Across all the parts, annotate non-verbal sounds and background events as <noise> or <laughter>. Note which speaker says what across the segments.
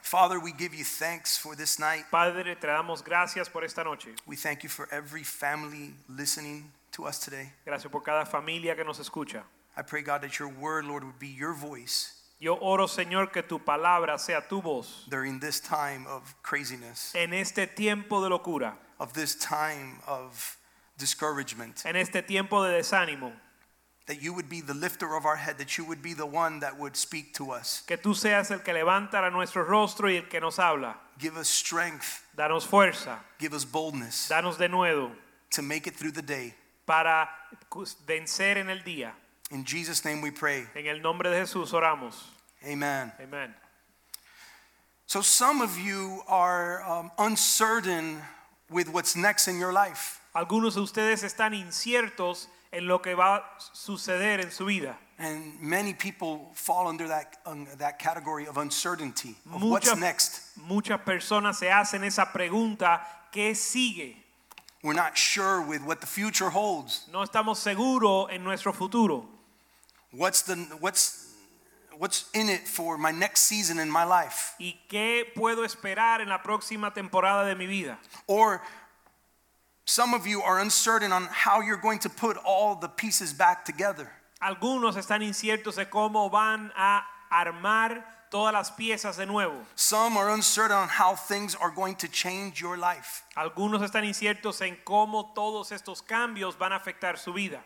Speaker 1: Father, we give you thanks for this night.
Speaker 2: Padre, te damos gracias por esta noche.
Speaker 1: We thank you for every family listening to us today.
Speaker 2: Gracias por cada familia que nos escucha.
Speaker 1: I pray, God, that your word, Lord, would be your voice
Speaker 2: Yo oro, Señor, que tu palabra sea tu voz
Speaker 1: during this time of craziness,
Speaker 2: en este tiempo de locura,
Speaker 1: of this time of discouragement.
Speaker 2: en este tiempo de desánimo,
Speaker 1: That you would be the lifter of our head, that you would be the one that would speak to us.
Speaker 2: que tú seas el que levanta a nuestro rostro y el que nos habla.
Speaker 1: Give us strength,
Speaker 2: Danos fuerza,
Speaker 1: give us boldness
Speaker 2: danos de nuevo
Speaker 1: to make it through the day.
Speaker 2: para cu- vencer en el día.
Speaker 1: In Jesus' name we pray.
Speaker 2: En el nombre de Jesús oramos.
Speaker 1: Amen.
Speaker 2: Amén.
Speaker 1: So, some of you are um, uncertain with what's next in your life.
Speaker 2: Algunos de ustedes están inciertos en lo que va a suceder en su vida.
Speaker 1: And many people fall under that, un- that category of uncertainty of what's
Speaker 2: Muchas-
Speaker 1: next.
Speaker 2: Muchas personas se hacen esa pregunta, ¿qué sigue?
Speaker 1: We're not sure with what the future holds.
Speaker 2: No estamos seguros en nuestro futuro.
Speaker 1: What's, the, what's, what's in it for my next season in my life?
Speaker 2: ¿Y qué puedo esperar en la próxima temporada de mi vida?
Speaker 1: Or some of you are uncertain on how you're going to put all the pieces back together.
Speaker 2: Algunos están inciertos de cómo van a armar todas las piezas de nuevo.
Speaker 1: Some are uncertain on how things are going to change your life.
Speaker 2: Algunos están inciertos en cómo todos estos cambios van a afectar su vida.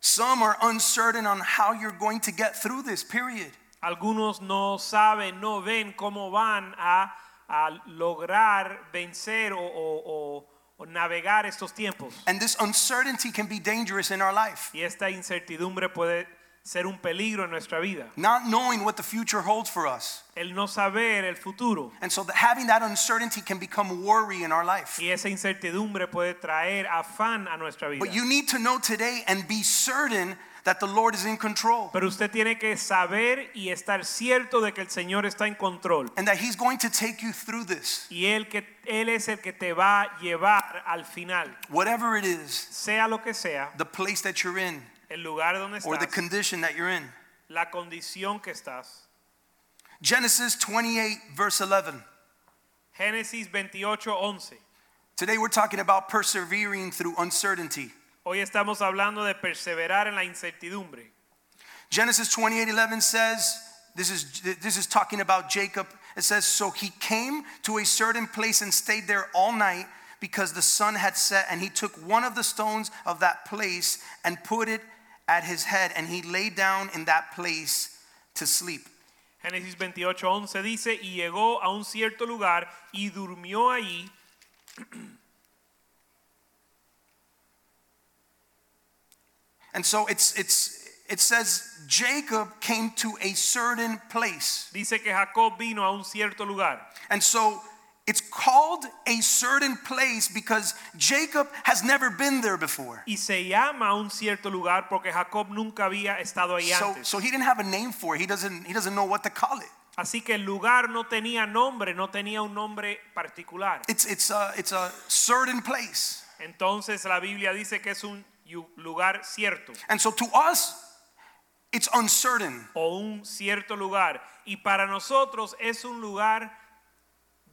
Speaker 1: Some are uncertain on how you're going to get through this period.
Speaker 2: Algunos no saben, no ven cómo van a, a lograr vencer o- o- o- o navegar estos tiempos.
Speaker 1: And this uncertainty can be dangerous in our life.
Speaker 2: Y esta incertidumbre puede ser un peligro en nuestra vida.
Speaker 1: not knowing what the future holds for us.
Speaker 2: El no saber el futuro
Speaker 1: And so that having that uncertainty can become worry in our life.
Speaker 2: y esa incertidumbre puede traer afán a nuestra vida.
Speaker 1: But you need to know today and be certain that the Lord is in control
Speaker 2: Pero usted tiene que saber y estar cierto de que el Señor está en control
Speaker 1: and that he's going to take you through this.
Speaker 2: y él que él es el que te va a llevar al final,
Speaker 1: Whatever it is,
Speaker 2: sea lo que sea,
Speaker 1: the place that you're in
Speaker 2: el lugar donde
Speaker 1: or the
Speaker 2: estás,
Speaker 1: condition that you're in.
Speaker 2: la condición que estás.
Speaker 1: Genesis 28 verse 11.
Speaker 2: Génesis 28:11.
Speaker 1: Today we're talking about persevering through uncertainty.
Speaker 2: Hoy estamos hablando de perseverar en la incertidumbre.
Speaker 1: Genesis 28:11 says, this is this is talking about Jacob. It says, "So he came to a certain place and stayed there all night because the sun had set, and he took one of the stones of that place and put it at his head, and he lay down in that place to sleep."
Speaker 2: Génesis 28, 11 dice, y llegó a un cierto lugar y durmió allí.
Speaker 1: And so it's it's it says Jacob came to a certain place.
Speaker 2: Dice que Jacob vino a un cierto lugar.
Speaker 1: And so it's called a certain place because Jacob has never been there before.
Speaker 2: Y se llama a un cierto lugar porque Jacob nunca había estado ahí
Speaker 1: So,
Speaker 2: antes.
Speaker 1: so he didn't have a name for it. He doesn't, he doesn't know what to call it.
Speaker 2: Así que el lugar no tenía nombre, no tenía un nombre particular.
Speaker 1: It's, it's, a, it's a certain place.
Speaker 2: Entonces la Biblia dice que es un yu- lugar cierto
Speaker 1: And so to us, it's uncertain.
Speaker 2: o un cierto lugar. Y para nosotros es un lugar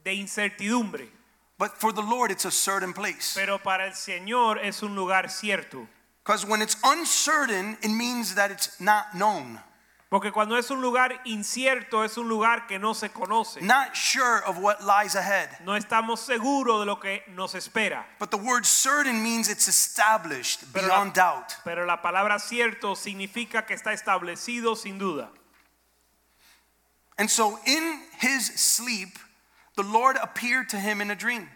Speaker 2: de incertidumbre.
Speaker 1: But for the Lord, it's a certain place.
Speaker 2: Pero para el Señor es un lugar cierto.
Speaker 1: Because when it's uncertain, it means that it's not known,
Speaker 2: Porque cuando es un lugar incierto, es un lugar que no se conoce.
Speaker 1: not sure of what lies ahead.
Speaker 2: No estamos seguros de lo que nos espera.
Speaker 1: But the word certain means it's established
Speaker 2: Pero la-
Speaker 1: beyond doubt.
Speaker 2: Pero la palabra cierto significa que está establecido sin duda.
Speaker 1: And so in his sleep, the Lord appeared to him in a dream.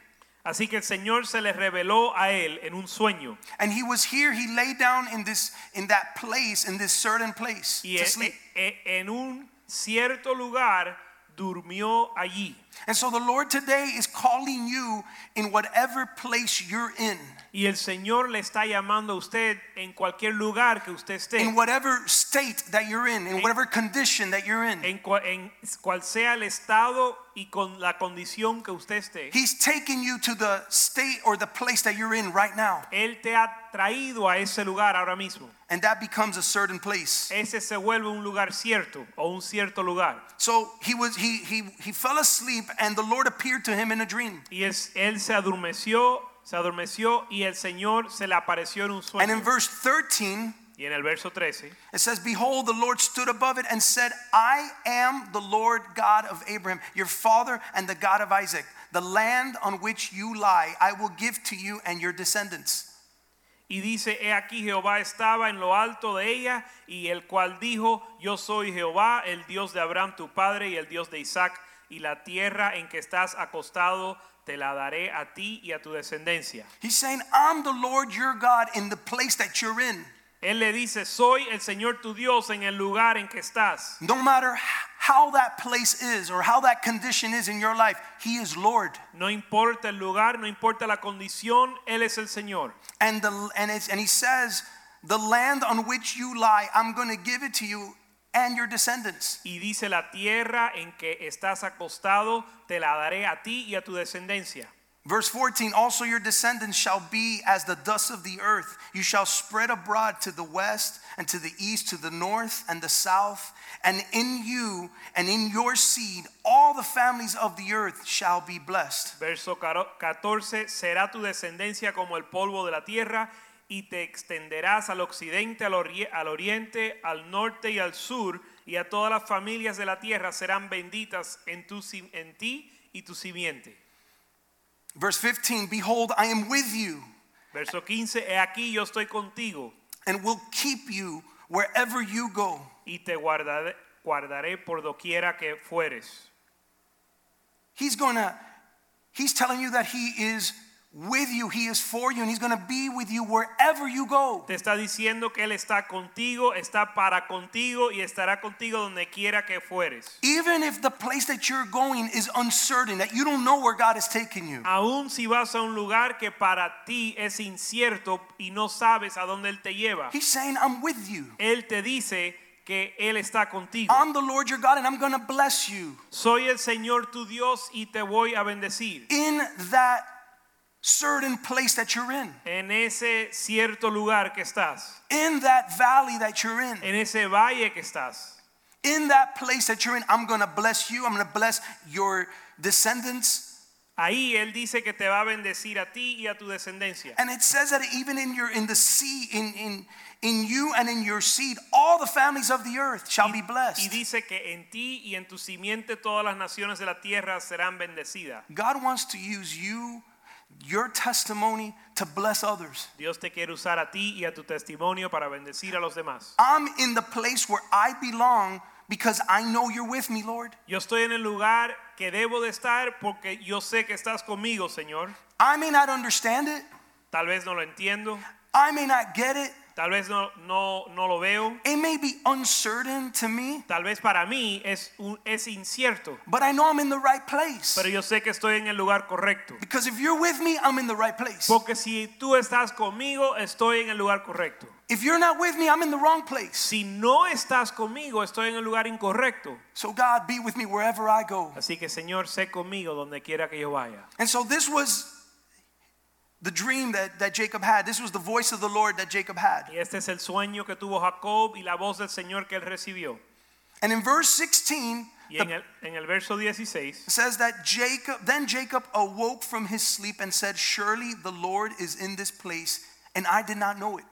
Speaker 2: Así que el Señor se le reveló a él en un sueño.
Speaker 1: And he was here, he lay down in this in that place, in this certain place
Speaker 2: Y
Speaker 1: to
Speaker 2: e-
Speaker 1: sleep.
Speaker 2: e- en un cierto lugar durmió allí.
Speaker 1: And so the Lord today is calling you in whatever place you're in,
Speaker 2: Y el Señor le está llamando a usted en cualquier lugar que usted esté,
Speaker 1: in whatever state that you're in, in whatever condition that you're in.
Speaker 2: en, cua- en cual sea el estado y con la condición que usted esté.
Speaker 1: He's taking you to the state or the place that you're in right now.
Speaker 2: Él te ha traído a ese lugar ahora mismo.
Speaker 1: And that becomes a certain place.
Speaker 2: Ese se vuelve un lugar cierto o un cierto lugar.
Speaker 1: So he was he he he fell asleep and the Lord appeared to him in a dream.
Speaker 2: Y él, él se adormeció, se adormeció y el Señor se le apareció en un
Speaker 1: And
Speaker 2: sueño.
Speaker 1: in verse 13
Speaker 2: y en el verso 13
Speaker 1: it says behold the Lord stood above it and said I am the Lord God of Abraham your father and the God of Isaac the land on which you lie I will give to you and your descendants.
Speaker 2: y dice, he aquí Jehová estaba en lo alto de ella y el cual dijo, yo soy Jehová, el Dios de Abraham tu padre y el Dios de Isaac y la tierra en que estás acostado te la daré a ti y a tu descendencia.
Speaker 1: He's saying I'm the Lord your God in the place that you're in.
Speaker 2: Él le dice, soy el Señor tu Dios en el lugar en que estás.
Speaker 1: No matter h- how that place is or how that condition is in your life, He is Lord.
Speaker 2: No importa el lugar, no importa la condición, Él es el Señor.
Speaker 1: And, the, and, it's, and He says, The land on which you lie, I'm going to give it to you and your descendants.
Speaker 2: Y dice, la tierra en que estás acostado, te la daré a ti y a tu descendencia.
Speaker 1: Verse 14 Also, your descendants shall be as the dust of the earth. You shall spread abroad to the west and to the east, to the north and the south. And in you and in your seed, all the families of the earth shall be blessed.
Speaker 2: Verso caro- 14, será tu descendencia como el polvo de la tierra y te extenderás al occidente, al, ori- al oriente, al norte y al sur, y a todas las familias de la tierra serán benditas en, tu, sim- en ti y tu simiente.
Speaker 1: Verse 15 Behold, I am with you.
Speaker 2: Verso 15, he aquí yo estoy contigo
Speaker 1: and will keep you wherever you go.
Speaker 2: y te guardaré, guardaré por doquiera que fueres.
Speaker 1: He's going to he's telling you that he is with you, he is for you and he's going to be with you wherever you go.
Speaker 2: Te está diciendo que Él está contigo, está para contigo y estará contigo donde quiera que fueres.
Speaker 1: Even if the place that you're going is uncertain, that you don't know where God is taking you.
Speaker 2: Aún si vas a un lugar que para ti es incierto y no sabes a dónde Él te lleva,
Speaker 1: He's saying, "I'm with you.
Speaker 2: Él te dice que Él está contigo.
Speaker 1: I'm the Lord your God and I'm going to bless you
Speaker 2: Soy el Señor tu Dios y te voy a bendecir.
Speaker 1: in that certain place that you're in,
Speaker 2: En ese cierto lugar que estás,
Speaker 1: in that valley that you're in,
Speaker 2: en ese valle que estás.
Speaker 1: in that place that you're in. I'm going to bless you. I'm going to bless your descendants."
Speaker 2: Ahí él dice que te va a bendecir a ti y a tu descendencia.
Speaker 1: And it says that even in your in the sea, in in in you and in your seed, all the families of the earth shall be
Speaker 2: Y
Speaker 1: blessed.
Speaker 2: dice que en ti y en tu simiente todas las naciones de la tierra serán bendecidas.
Speaker 1: God wants to use you, your testimony, to bless others.
Speaker 2: Dios te quiere usar a ti y a tu testimonio para bendecir a los demás.
Speaker 1: I'm in the place where I belong because I know you're with me, Lord.
Speaker 2: Yo estoy en el lugar que debo de estar porque yo sé que estás conmigo, Señor.
Speaker 1: I may not understand it,
Speaker 2: Tal vez no lo entiendo,
Speaker 1: I may not get it,
Speaker 2: tal vez no, no, no lo veo,
Speaker 1: it may be uncertain to me,
Speaker 2: tal vez para mí es, un- es incierto,
Speaker 1: but I know I'm in the right place.
Speaker 2: pero yo sé que estoy en el lugar correcto.
Speaker 1: Because if you're with me, I'm in the right place.
Speaker 2: Porque si tú estás conmigo, estoy en el lugar correcto.
Speaker 1: If you're not with me, I'm in the wrong place.
Speaker 2: Si no estás conmigo, estoy en el lugar incorrecto.
Speaker 1: So God, be with me wherever I go.
Speaker 2: Así que Señor, sé conmigo donde quiera que yo vaya.
Speaker 1: And so this was the dream that, that Jacob had. This was the voice of the Lord that Jacob had.
Speaker 2: Y este es el sueño que tuvo Jacob y la voz del Señor que él recibió.
Speaker 1: And in verse 16,
Speaker 2: Y en el, en el verso 16
Speaker 1: it says that Jacob, then Jacob awoke from his sleep and said, Surely the Lord is in this place, and I did not know it.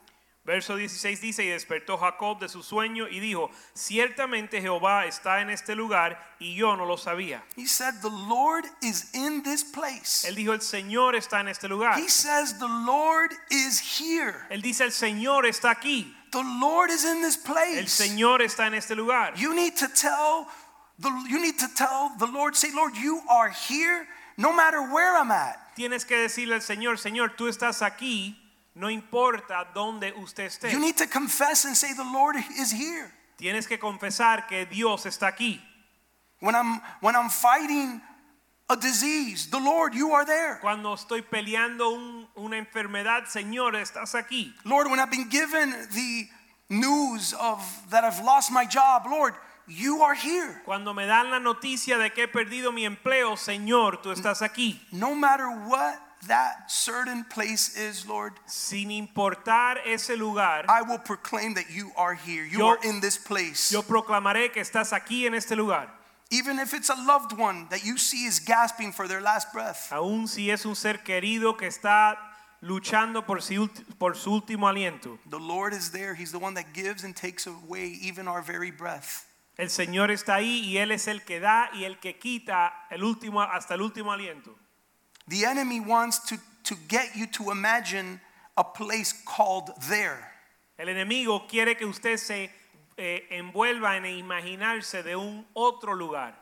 Speaker 2: Verso 16 dice, y despertó Jacob de su sueño y dijo, ciertamente Jehová está en este lugar y yo no lo sabía.
Speaker 1: He said, The Lord is in this place.
Speaker 2: Él dijo, el Señor está en este lugar.
Speaker 1: He says, The Lord is here.
Speaker 2: Él dice, el Señor está aquí.
Speaker 1: The Lord is in this
Speaker 2: El
Speaker 1: place.
Speaker 2: Señor está en este lugar.
Speaker 1: You need to tell the you need to tell the Lord, say, Lord, you are here no matter where I'm at.
Speaker 2: Tienes que decirle al Señor, Señor, tú estás aquí, no importa dónde usted esté.
Speaker 1: You need to confess and say, The Lord is here.
Speaker 2: Tienes que confesar que Dios está aquí.
Speaker 1: When I'm, when I'm fighting a disease, the Lord, you are there.
Speaker 2: Cuando estoy peleando un- una enfermedad, Señor, estás aquí.
Speaker 1: Lord, when I've been given the news of that I've lost my job, Lord, you are here.
Speaker 2: Cuando me dan la noticia de que he perdido mi empleo, Señor, tú estás aquí.
Speaker 1: No matter what that certain place is, Lord,
Speaker 2: Sin importar ese lugar,
Speaker 1: I will proclaim that you are here. You
Speaker 2: Yo-
Speaker 1: are in this place.
Speaker 2: yo proclamaré que estás aquí en este lugar.
Speaker 1: Even if it's a loved one that you see is gasping for their last breath,
Speaker 2: Aun si es un ser querido que está luchando por, si ulti- por su último aliento.
Speaker 1: the Lord is there. He's the one that gives and takes away even our very breath.
Speaker 2: El Señor está ahí y Él es el que da y el que quita el último, hasta el último aliento.
Speaker 1: The enemy wants to, to get you to imagine a place called there.
Speaker 2: El enemigo quiere que usted se eh, envuelva en imaginarse de un otro lugar.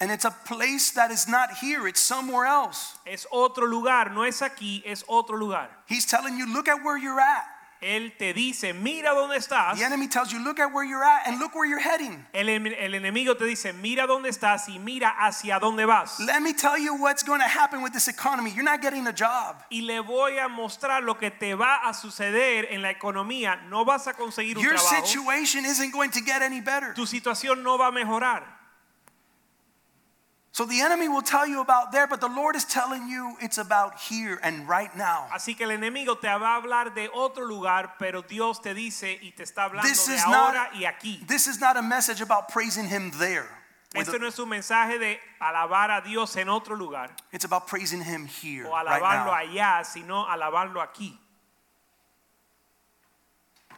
Speaker 1: And it's a place that is not here, it's somewhere else.
Speaker 2: Es otro lugar, no es aquí, es otro lugar.
Speaker 1: He's telling you, look at where you're at.
Speaker 2: Él te dice, mira dónde estás.
Speaker 1: The enemy tells you, look at where you're at and look where you're heading.
Speaker 2: El, em- el enemigo te dice, mira dónde estás y mira hacia dónde vas.
Speaker 1: Let me tell you what's going to happen with this economy. You're not getting a job.
Speaker 2: y le voy a mostrar lo que te va a suceder en la economía. No vas a conseguir un
Speaker 1: Your
Speaker 2: trabajo.
Speaker 1: situation isn't going to get any better.
Speaker 2: tu situación no va a mejorar.
Speaker 1: So the enemy will tell you about there, but the Lord is telling you it's about here and right now.
Speaker 2: Así que el enemigo te va a hablar de otro lugar, pero Dios te dice y te está hablando
Speaker 1: This
Speaker 2: de
Speaker 1: is
Speaker 2: ahora
Speaker 1: not-
Speaker 2: y aquí.
Speaker 1: This is not a message about praising Him there. or
Speaker 2: Este
Speaker 1: the-
Speaker 2: no es un mensaje de alabar a Dios en otro lugar
Speaker 1: It's about praising Him here.
Speaker 2: o
Speaker 1: Right
Speaker 2: alabarlo
Speaker 1: now.
Speaker 2: allá, sino alabarlo aquí.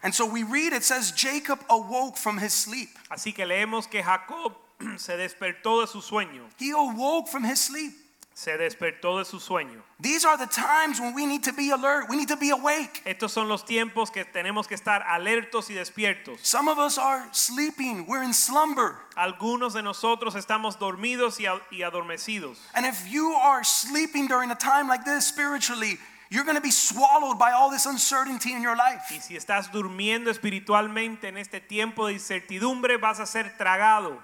Speaker 1: And so we read it says, Jacob awoke from his sleep.
Speaker 2: Así que leemos que Jacob <clears throat> se despertó de su sueño,
Speaker 1: He awoke from his sleep.
Speaker 2: se despertó de su sueño.
Speaker 1: These are the times when we need to be alert, we need to be awake.
Speaker 2: Estos son los tiempos que tenemos que estar alertos y despiertos.
Speaker 1: Some of us are sleeping, we're in slumber.
Speaker 2: Algunos de nosotros estamos dormidos y, a- y adormecidos.
Speaker 1: And if you are sleeping during a time like this spiritually, you're going to be swallowed by all this uncertainty in your
Speaker 2: Y
Speaker 1: life.
Speaker 2: si estás durmiendo espiritualmente en este tiempo de incertidumbre, vas a ser tragado.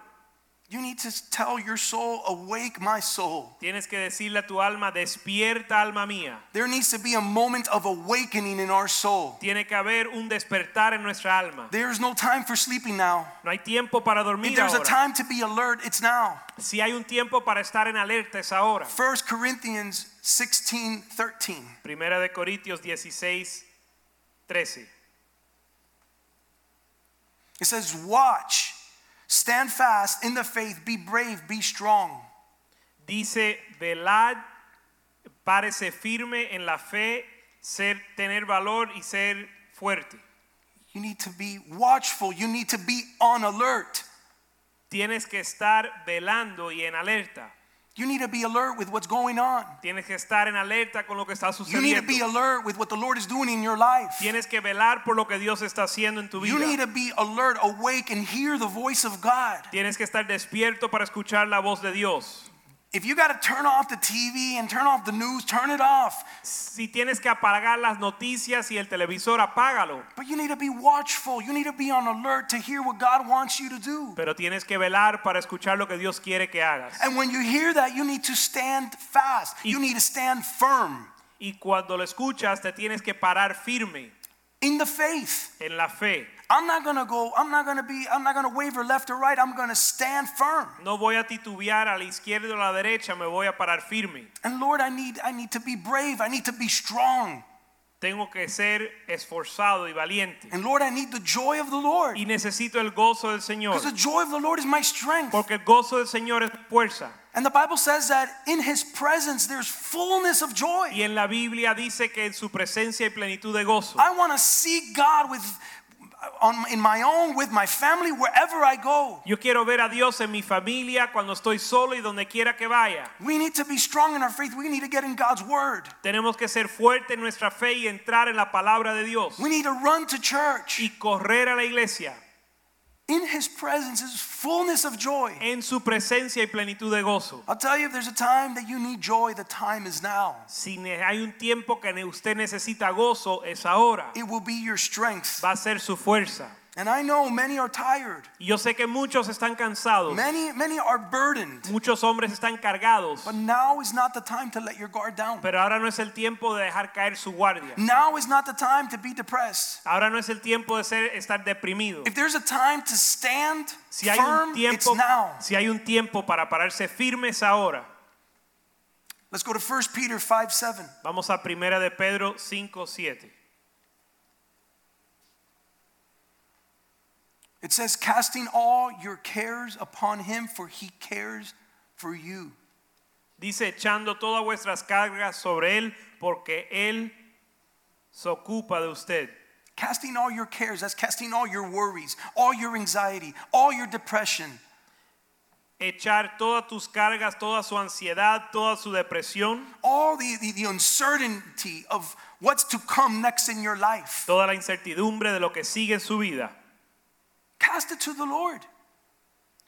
Speaker 1: You need to tell your soul, Awake, my soul.
Speaker 2: Tienes que decirle a tu alma, despierta alma mía.
Speaker 1: There needs to be a moment of awakening in our soul.
Speaker 2: Tiene que haber un despertar en nuestra alma.
Speaker 1: There is no time for sleeping now.
Speaker 2: No hay tiempo para
Speaker 1: If
Speaker 2: dormir
Speaker 1: there's a
Speaker 2: ahora.
Speaker 1: time to be alert, it's now.
Speaker 2: Si hay un tiempo para estar en alerta es ahora.
Speaker 1: 1 Corinthians 16 13.
Speaker 2: Primera de Corintios 16, 13.
Speaker 1: It says, Watch, stand fast in the faith, be brave, be strong.
Speaker 2: Dice, velad, parece firme en la fe, ser, tener valor y ser fuerte.
Speaker 1: You need to be watchful, you need to be on alert.
Speaker 2: Tienes que estar velando y en alerta.
Speaker 1: You need to be alert with what's going on.
Speaker 2: Tienes que estar en alerta con lo que está
Speaker 1: You need to be
Speaker 2: sucediendo.
Speaker 1: alert with what the Lord is doing in your life.
Speaker 2: Tienes que velar por lo que Dios está haciendo en tu
Speaker 1: You need to
Speaker 2: vida.
Speaker 1: be alert, awake, and hear the voice of God.
Speaker 2: Tienes que estar despierto para escuchar la voz de Dios.
Speaker 1: If you got to turn off the TV and turn off the news, turn it off.
Speaker 2: Si tienes que apagar las noticias y el televisor, apágalo.
Speaker 1: But you need to be watchful. You need to be on alert to hear what God wants you to do.
Speaker 2: Pero tienes que velar para escuchar lo que Dios quiere que hagas.
Speaker 1: And when you hear that, you need to stand fast. You need to stand firm
Speaker 2: Y cuando lo escuchas, te tienes que parar firme
Speaker 1: in the faith.
Speaker 2: en la fe.
Speaker 1: I'm not going to go, I'm not going to be, I'm not going to waver left or right. I'm going to stand firm.
Speaker 2: No voy a titubear a la izquierda o a la derecha, me voy a parar firme.
Speaker 1: And Lord, I need I need to be brave. I need to be strong.
Speaker 2: Tengo que ser esforzado y valiente.
Speaker 1: And Lord, I need the joy of the Lord.
Speaker 2: y necesito el gozo del Señor.
Speaker 1: Because the joy of the Lord is my strength.
Speaker 2: Porque el gozo del Señor es fuerza.
Speaker 1: And the Bible says that in his presence there's fullness of joy.
Speaker 2: Y en la Biblia dice que en su presencia hay plenitud de gozo.
Speaker 1: I want to see God with on, in my own, with my family, wherever I go.
Speaker 2: Yo quiero ver a Dios en mi familia cuando estoy solo y donde quiera que vaya.
Speaker 1: We need to be strong in our faith. We need to get in God's word.
Speaker 2: Tenemos que ser fuertes en nuestra fe y entrar en la palabra de Dios.
Speaker 1: We need to run to church.
Speaker 2: Y correr a la iglesia.
Speaker 1: In his presence is fullness of joy.
Speaker 2: En su presencia hay plenitud de gozo.
Speaker 1: I'll tell you if there's a time that you need joy, the time is now.
Speaker 2: Si ne- hay un tiempo que ne- usted necesita gozo, es ahora.
Speaker 1: It will be your strength.
Speaker 2: Va a ser su fuerza.
Speaker 1: And I know many are tired.
Speaker 2: Y yo sé que muchos están cansados,
Speaker 1: Many, many are burdened.
Speaker 2: muchos hombres están cargados,
Speaker 1: But now is not the time to let your guard down.
Speaker 2: pero ahora no es el tiempo de dejar caer su guardia.
Speaker 1: Now is not the time to be depressed.
Speaker 2: Ahora no es el tiempo de ser, estar deprimido.
Speaker 1: If there's a time to stand
Speaker 2: Si hay,
Speaker 1: firm,
Speaker 2: un
Speaker 1: it's
Speaker 2: tiempo,
Speaker 1: now.
Speaker 2: si hay un tiempo para pararse firmes ahora,
Speaker 1: Let's go to 1 Peter 5 7.
Speaker 2: vamos a primera de Pedro 5, 7.
Speaker 1: It says, Casting all your cares upon him, for he cares for you.
Speaker 2: Dice, echando todas vuestras cargas sobre Él, porque Él se ocupa de usted.
Speaker 1: Casting all your cares, that's casting all your worries, all your anxiety, all your depression.
Speaker 2: Echar todas tus cargas, toda su ansiedad, toda su depresión,
Speaker 1: all the, the, the uncertainty of what's to come next in your life.
Speaker 2: toda la incertidumbre de lo que sigue en su vida.
Speaker 1: Cast it to the Lord.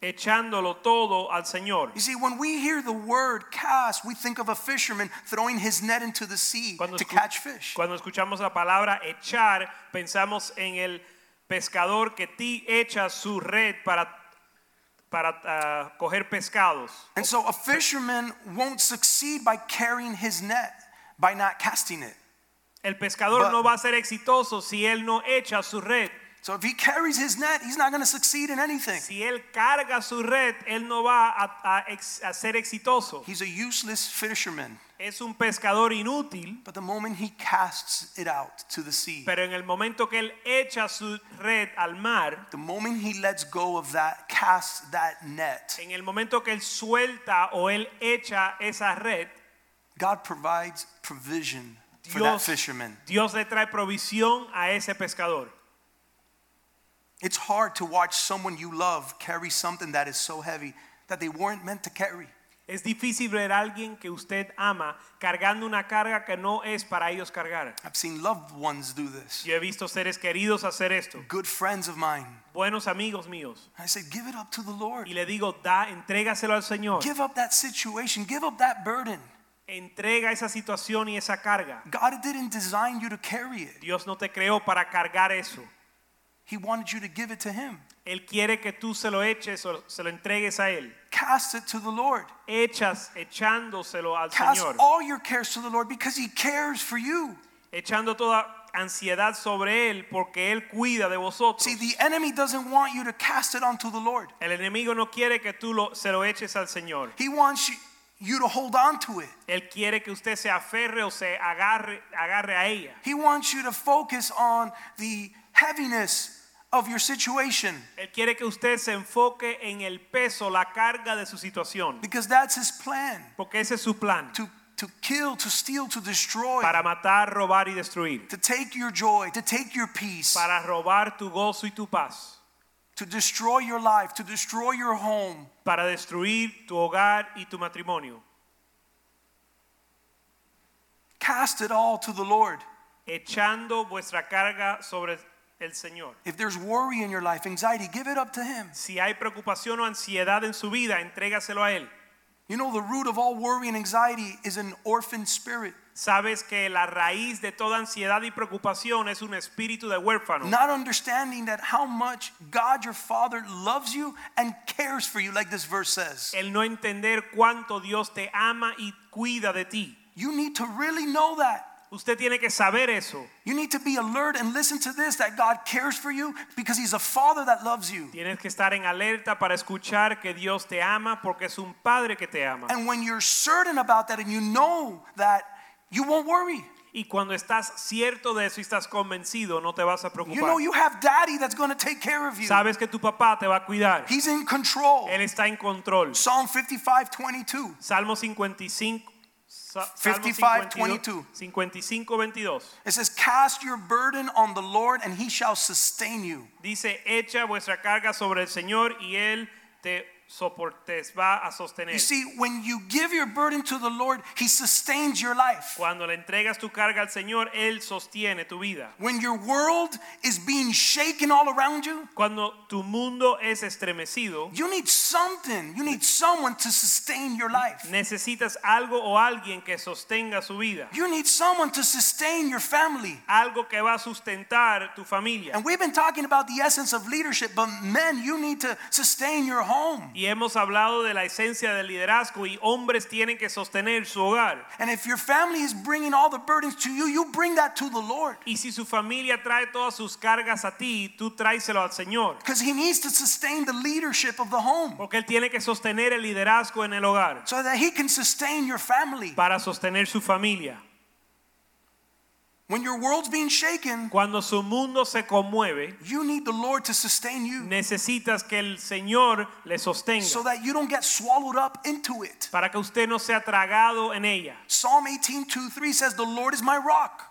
Speaker 2: Echándolo todo al Señor.
Speaker 1: You see, when we hear the word cast, we think of a fisherman throwing his net into the sea
Speaker 2: Cuando,
Speaker 1: to
Speaker 2: escu-
Speaker 1: catch fish.
Speaker 2: cuando escuchamos la palabra echar, pensamos en el pescador que ti echa su red para, para ah, coger pescados.
Speaker 1: And so a fisherman won't succeed by carrying his net, by not casting it.
Speaker 2: El pescador
Speaker 1: But-
Speaker 2: no va a ser exitoso si él no echa su red.
Speaker 1: So if he carries his net, he's not going to succeed in anything.
Speaker 2: Si él carga su red, él no va a, a ex- a ser exitoso.
Speaker 1: He's a useless fisherman.
Speaker 2: Es un pescador inútil,
Speaker 1: But the moment he casts it out to the sea,
Speaker 2: pero en el momento que él echa su red al mar,
Speaker 1: the moment he lets go of that, casts that net,
Speaker 2: en el momento que él suelta o él echa esa red,
Speaker 1: God provides provision for that
Speaker 2: Dios,
Speaker 1: fisherman.
Speaker 2: Dios le trae provisión a ese pescador.
Speaker 1: It's hard to watch someone you love carry something that is so heavy that they weren't meant to carry.
Speaker 2: Es difícil ver a alguien que usted ama cargando una carga que no es para ellos cargar.
Speaker 1: I've seen loved ones do this.
Speaker 2: Yo he visto seres queridos hacer esto,
Speaker 1: Good friends of mine.
Speaker 2: buenos amigos míos,
Speaker 1: I said, give it up to the Lord.
Speaker 2: y le digo, da, entrégaselo al Señor.
Speaker 1: Give up that situation. Give up that burden.
Speaker 2: Entrega esa situación y esa carga.
Speaker 1: God didn't design you to carry it.
Speaker 2: Dios no te creó para cargar eso.
Speaker 1: He wanted you to give it to Him.
Speaker 2: Él quiere que tú se lo eches o se lo entregues a Él.
Speaker 1: Cast it to the Lord.
Speaker 2: Echas, echándoselo al
Speaker 1: Cast
Speaker 2: Señor.
Speaker 1: all your cares to the Lord because He cares for you.
Speaker 2: Echando toda ansiedad sobre Él porque Él cuida de vosotros.
Speaker 1: See, the enemy doesn't want you to cast it onto the Lord.
Speaker 2: El enemigo no quiere que tú lo- se lo eches al Señor.
Speaker 1: He wants you, you to hold on to it.
Speaker 2: Él quiere que usted se aferre o se agarre, agarre a ella.
Speaker 1: He wants you to focus on the heaviness of your situation
Speaker 2: Él quiere que usted se enfoque en el peso, la carga de su situación.
Speaker 1: because that's his plan
Speaker 2: Porque ese es su plan.
Speaker 1: to, to kill, to steal, to destroy,
Speaker 2: Para matar, robar y destruir.
Speaker 1: to take your joy, to take your peace,
Speaker 2: Para robar tu gozo y tu paz.
Speaker 1: to destroy your life, to destroy your home.
Speaker 2: Para destruir tu hogar y tu matrimonio.
Speaker 1: Cast it all to the Lord.
Speaker 2: Echando vuestra carga sobre el Señor.
Speaker 1: If there's worry in your life, anxiety, give it up to him.
Speaker 2: Si hay preocupación o ansiedad en su vida, entrégaselo a Él.
Speaker 1: You know, the root of all worry and anxiety is an orphan spirit,
Speaker 2: Sabes que la raíz de toda ansiedad y preocupación es un espíritu de huérfano.
Speaker 1: not understanding that how much God your Father loves you and cares for you, like this verse says.
Speaker 2: El no entender cuánto Dios te ama y cuida de ti.
Speaker 1: You need to really know that.
Speaker 2: Usted tiene que saber eso.
Speaker 1: You need to be alert and listen to this that God cares for you because He's a Father that loves you.
Speaker 2: Tienes que estar en alerta para escuchar que Dios te ama porque es un padre que te ama.
Speaker 1: And when you're certain about that and you know that, you won't worry.
Speaker 2: Y cuando estás cierto de eso y estás convencido, no te vas a
Speaker 1: You know
Speaker 2: preocupar.
Speaker 1: you have daddy that's going to take care of you.
Speaker 2: Sabes que tu papá te va a cuidar.
Speaker 1: He's in control.
Speaker 2: Él está en control.
Speaker 1: Psalm 55 22.
Speaker 2: Salmo 55 Sa- Salmo
Speaker 1: 55,
Speaker 2: 52, 55, 22.
Speaker 1: It says, Cast your burden on the Lord and He shall sustain you.
Speaker 2: Dice, echa vuestra carga sobre el Señor y Él te soportes, va a sostener.
Speaker 1: You see, when you give your burden to the Lord, He sustains your life.
Speaker 2: Cuando le entregas tu carga al Señor, Él sostiene tu vida.
Speaker 1: When your world is being shaken all around you,
Speaker 2: Cuando tu mundo es estremecido,
Speaker 1: you need something, you need someone to sustain your life.
Speaker 2: necesitas algo o alguien que sostenga su vida.
Speaker 1: You need someone to sustain your family.
Speaker 2: Algo que va a sustentar tu familia.
Speaker 1: And we've been talking about the essence of leadership, but men, you need to sustain your home.
Speaker 2: Y hemos hablado de la esencia del liderazgo y hombres tienen que sostener su hogar.
Speaker 1: And if your family is bringing all the burdens to you, you bring that to the Lord
Speaker 2: Y si su familia trae todas sus cargas a ti, tú tráeselo al Señor.
Speaker 1: because He needs to sustain the leadership of the home
Speaker 2: Porque Él tiene que sostener el liderazgo en el hogar
Speaker 1: so that He can sustain your family.
Speaker 2: para sostener su familia.
Speaker 1: When your world's being shaken,
Speaker 2: Cuando su mundo se conmueve,
Speaker 1: you need the Lord to sustain you
Speaker 2: necesitas que el Señor le sostenga
Speaker 1: so that you don't get swallowed up into it.
Speaker 2: para que usted no sea tragado en ella.
Speaker 1: Psalm 18 2 3 says, The Lord is my rock,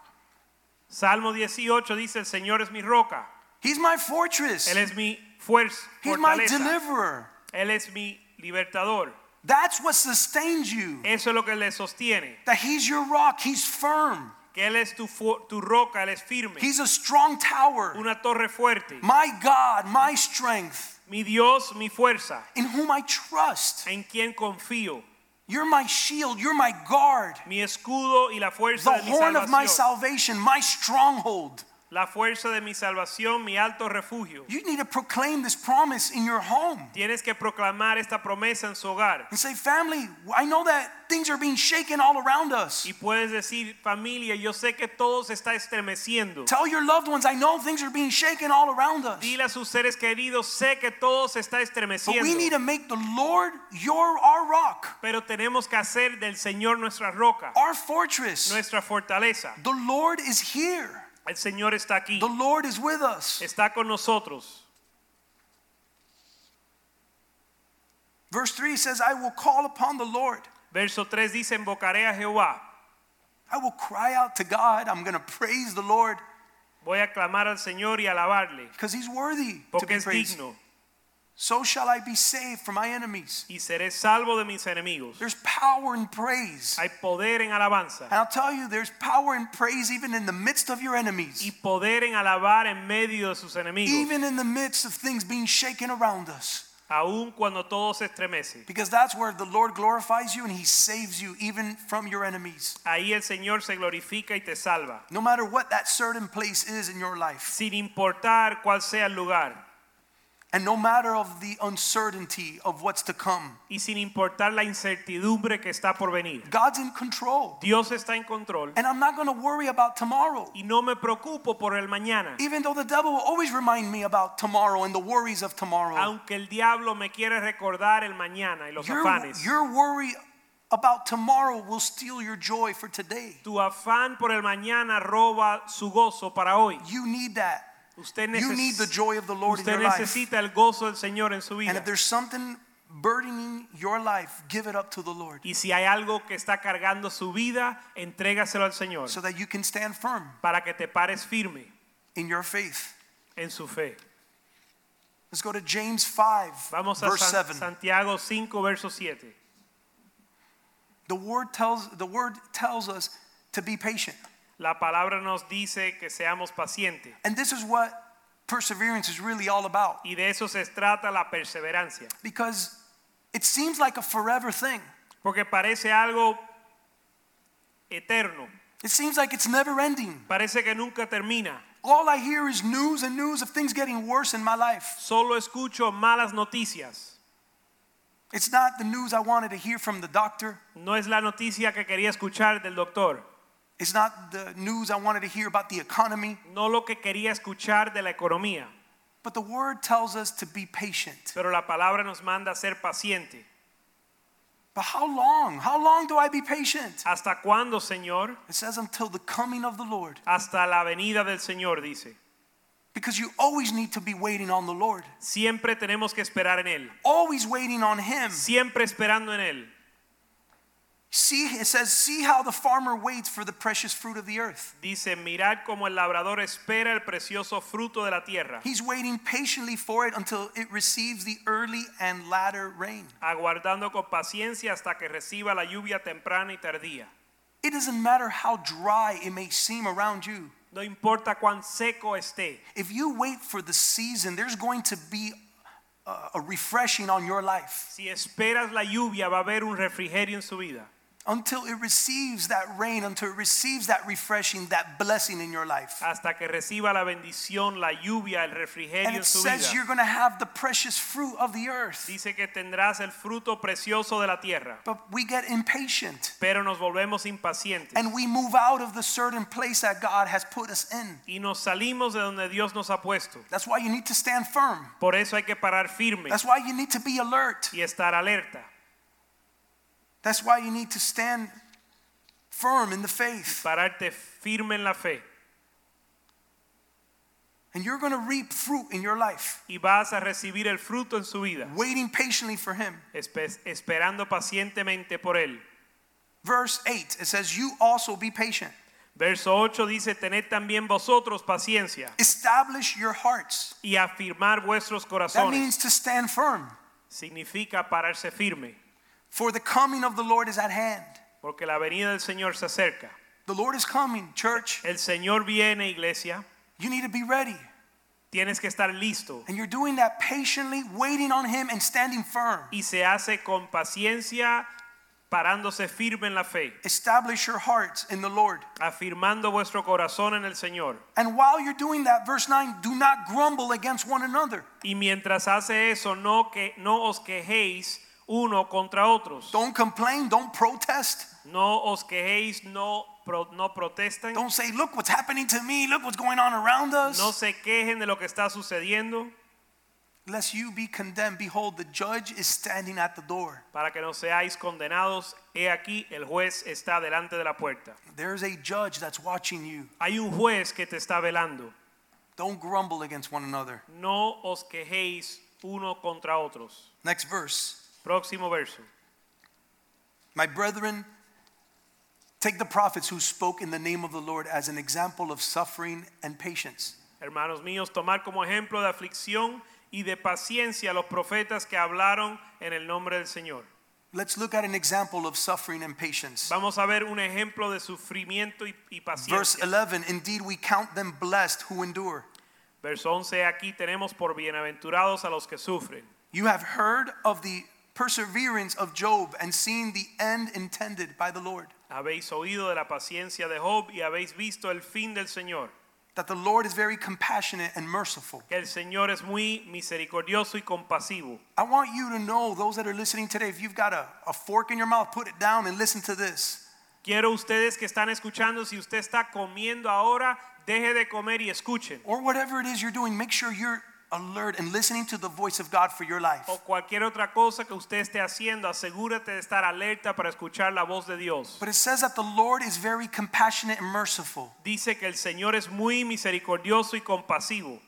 Speaker 2: Salmo 18 dice, el Señor es mi roca,
Speaker 1: He's my fortress,
Speaker 2: Él es mi fuerza,
Speaker 1: He's my
Speaker 2: fortaleza,
Speaker 1: deliverer.
Speaker 2: Él es mi libertador.
Speaker 1: That's what sustains you.
Speaker 2: Eso es lo que le sostiene,
Speaker 1: That He's your rock, He's firm,
Speaker 2: que Él es tu, fu- tu roca, Él es firme,
Speaker 1: He's a strong tower.
Speaker 2: una torre fuerte,
Speaker 1: My God, my strength,
Speaker 2: mi Dios, mi fuerza,
Speaker 1: in whom I trust.
Speaker 2: en quien confío,
Speaker 1: You're my shield, you're my guard,
Speaker 2: mi escudo y la fuerza
Speaker 1: the
Speaker 2: de mi
Speaker 1: horn of my
Speaker 2: salvación.
Speaker 1: salvation, my stronghold.
Speaker 2: La fuerza de mi salvación, mi alto refugio.
Speaker 1: You need to proclaim this promise in your home.
Speaker 2: Tienes que proclamar esta promesa en su hogar.
Speaker 1: and say, Family, I know that things are being shaken all around us.
Speaker 2: Y puedes decir, familia, yo sé que todo se está estremeciendo.
Speaker 1: Tell your loved ones, I know things are being shaken all around us.
Speaker 2: Dile a sus seres queridos, sé que todo se está
Speaker 1: But we need
Speaker 2: estremeciendo.
Speaker 1: to make the Lord your our rock,
Speaker 2: Pero tenemos que hacer del Señor nuestra roca,
Speaker 1: our fortress.
Speaker 2: nuestra fortaleza.
Speaker 1: The Lord is here.
Speaker 2: El Señor está aquí,
Speaker 1: The Lord is with us.
Speaker 2: está con nosotros.
Speaker 1: Verse 3 says, I will call upon the Lord.
Speaker 2: Verso 3 dice, invocaré a Jehová.
Speaker 1: I will cry out to God. I'm going to praise the Lord
Speaker 2: Voy a clamar al Señor y alabarle,
Speaker 1: because he's worthy to
Speaker 2: porque
Speaker 1: be
Speaker 2: es
Speaker 1: praised.
Speaker 2: digno
Speaker 1: So shall I be saved from my enemies.
Speaker 2: y seré salvo de mis enemigos.
Speaker 1: There's power in praise.
Speaker 2: Hay poder en alabanza.
Speaker 1: And I'll tell you, there's power in praise even in the midst of your enemies.
Speaker 2: y poder en alabar en medio de sus enemigos,
Speaker 1: even in the midst of things being shaken around us
Speaker 2: aun cuando todo se estremece.
Speaker 1: because that's where the lord glorifies you and he saves you even from your enemies
Speaker 2: Ahí el Señor se glorifica y te salva,
Speaker 1: no matter what that certain place is in your life
Speaker 2: sin importar cuál sea el lugar
Speaker 1: and no matter of the uncertainty of what's to come
Speaker 2: y sin importar la incertidumbre que está por venir.
Speaker 1: god's in control
Speaker 2: Dios está en control
Speaker 1: and i'm not going to worry about tomorrow
Speaker 2: y no me preocupo por el mañana,
Speaker 1: even though the devil will always remind me about tomorrow and the worries of tomorrow
Speaker 2: aunque el diablo me quiere recordar el mañana y los
Speaker 1: your,
Speaker 2: afanes.
Speaker 1: your worry about tomorrow will steal your joy for today
Speaker 2: Tu afán por el mañana roba su gozo para hoy.
Speaker 1: you need that
Speaker 2: Usted,
Speaker 1: you
Speaker 2: neces-
Speaker 1: need the joy of the lord in
Speaker 2: usted
Speaker 1: your life
Speaker 2: necesita el gozo del Señor en su
Speaker 1: And
Speaker 2: vida.
Speaker 1: if there's something burdening your life, give it up to the Lord
Speaker 2: Y si hay algo que está cargando su vida, entrégaselo al Señor
Speaker 1: so that you can stand firm
Speaker 2: para que te pares firme
Speaker 1: in your faith.
Speaker 2: en su fe.
Speaker 1: Let's go to James 5,
Speaker 2: Vamos a
Speaker 1: verse
Speaker 2: San-
Speaker 1: 7.
Speaker 2: Santiago 5, verso 7.
Speaker 1: The word tells the word tells us to be patient.
Speaker 2: La palabra nos dice que seamos pacientes
Speaker 1: And this is what perseverance is really all about
Speaker 2: y de eso se trata la perseverancia,
Speaker 1: because it seems like a forever thing.
Speaker 2: porque parece algo eterno,
Speaker 1: It seems like it's never ending.
Speaker 2: parece que nunca termina.
Speaker 1: All I hear is news and news of things getting worse in my life.
Speaker 2: Solo escucho malas noticias.
Speaker 1: It's not the news I wanted to hear from the doctor.
Speaker 2: No es la noticia que quería escuchar del doctor,
Speaker 1: It's not the news I wanted to hear about the economy.
Speaker 2: no lo que quería escuchar de la economía,
Speaker 1: But the word tells us to be patient.
Speaker 2: pero la palabra nos manda a ser paciente.
Speaker 1: But how long? How long do I be patient?
Speaker 2: ¿Hasta cuándo, Señor?
Speaker 1: It says until the coming of the Lord.
Speaker 2: Hasta la venida del Señor, dice.
Speaker 1: Because you always need to be waiting on the Lord,
Speaker 2: Siempre tenemos que esperar en Él.
Speaker 1: always waiting on Him,
Speaker 2: Siempre esperando en Él.
Speaker 1: See, it says, see how the farmer waits for the precious fruit of the earth.
Speaker 2: Dice, mirad como el labrador espera el precioso fruto de la tierra,
Speaker 1: He's waiting patiently for it until it receives the early and latter rain.
Speaker 2: aguardando con paciencia hasta que reciba la lluvia temprana y tardía.
Speaker 1: It doesn't matter how dry it may seem around you.
Speaker 2: No importa cuán seco esté,
Speaker 1: If you wait for the season, there's going to be a, a refreshing on your life
Speaker 2: si esperas la lluvia va a haber un refrigerio en su vida.
Speaker 1: until it receives that rain, until it receives that refreshing, that blessing in your life.
Speaker 2: Hasta que reciba la bendición, la lluvia, el refrigerio
Speaker 1: And
Speaker 2: en
Speaker 1: it
Speaker 2: su
Speaker 1: says
Speaker 2: vida.
Speaker 1: you're going to have the precious fruit of the earth.
Speaker 2: Dice que tendrás el fruto precioso de la tierra,
Speaker 1: But we get impatient
Speaker 2: pero nos volvemos impacientes
Speaker 1: and we move out of the certain place that God has put us in.
Speaker 2: y nos salimos de donde Dios nos ha puesto.
Speaker 1: That's why you need to stand firm.
Speaker 2: Por eso hay que parar firme
Speaker 1: That's why you need to be alert.
Speaker 2: y estar alerta
Speaker 1: That's why you need to stand firm in the faith.
Speaker 2: pararte firme en la fe
Speaker 1: And you're going to reap fruit in your life,
Speaker 2: y vas a recibir el fruto en su vida,
Speaker 1: waiting patiently for Him.
Speaker 2: espe- esperando pacientemente por él.
Speaker 1: Verse 8, it says, You also be patient.
Speaker 2: Verso 8 dice, tened también vosotros paciencia
Speaker 1: Establish your hearts.
Speaker 2: y afirmar vuestros
Speaker 1: That
Speaker 2: corazones.
Speaker 1: means to stand firm,
Speaker 2: Significa pararse firme,
Speaker 1: for the coming of the Lord is at hand.
Speaker 2: porque la venida del Señor se acerca.
Speaker 1: The Lord is coming, church.
Speaker 2: El Señor viene, iglesia,
Speaker 1: You need to be ready.
Speaker 2: tienes que estar listo.
Speaker 1: And you're doing that patiently, waiting on Him and standing firm.
Speaker 2: Y se hace con paciencia, parándose firme en la fe,
Speaker 1: Establish your hearts in the Lord.
Speaker 2: afirmando vuestro corazón en el Señor.
Speaker 1: And while you're doing that, verse 9, do not grumble against one another.
Speaker 2: Y mientras hace eso, no, que, no os quejéis uno contra otros.
Speaker 1: Don't complain, don't protest.
Speaker 2: No os quejéis, no, pro- no protesten.
Speaker 1: Don't say, look what's happening to me, look what's going on around
Speaker 2: No
Speaker 1: us.
Speaker 2: se quejen de lo que está sucediendo
Speaker 1: Lest you be condemned, behold, the judge is standing at the door.
Speaker 2: para que no seáis condenados. He aquí, el juez está delante de la puerta.
Speaker 1: There's a judge that's watching you.
Speaker 2: Hay un juez que te está velando.
Speaker 1: Don't grumble against one another.
Speaker 2: No os quejéis uno contra otros.
Speaker 1: Next verse.
Speaker 2: Próximo verso.
Speaker 1: My brethren, take the prophets who spoke in the name of the Lord as an example of suffering and patience.
Speaker 2: Hermanos míos, tomar como ejemplo de aflicción y de paciencia a los profetas que hablaron en el nombre del Señor.
Speaker 1: Let's look at an example of suffering and patience.
Speaker 2: Vamos a ver un ejemplo de sufrimiento y, y
Speaker 1: Verse
Speaker 2: paciencia.
Speaker 1: 11 Indeed, we count them blessed who endure.
Speaker 2: Verso 11, aquí tenemos por bienaventurados a los que sufren.
Speaker 1: You have heard of the perseverance of Job and seen the end intended by the Lord,
Speaker 2: Habéis oído de la paciencia de Job y habéis visto el fin del Señor,
Speaker 1: that the Lord is very compassionate and merciful.
Speaker 2: que el Señor es muy misericordioso y compasivo.
Speaker 1: I want you to know, those that are listening today, if you've got a, a fork in your mouth, put it down and listen to this.
Speaker 2: Quiero ustedes que están escuchando, si usted está comiendo ahora, deje de comer y escuchen.
Speaker 1: Or whatever it is you're doing, make sure you're alert and listening to the voice of God for your life.
Speaker 2: O cualquier otra cosa que usted esté haciendo, asegúrate de estar alerta para escuchar la voz de Dios.
Speaker 1: But it says that the Lord is very compassionate and merciful.
Speaker 2: Dice que el Señor es muy misericordioso y compasivo.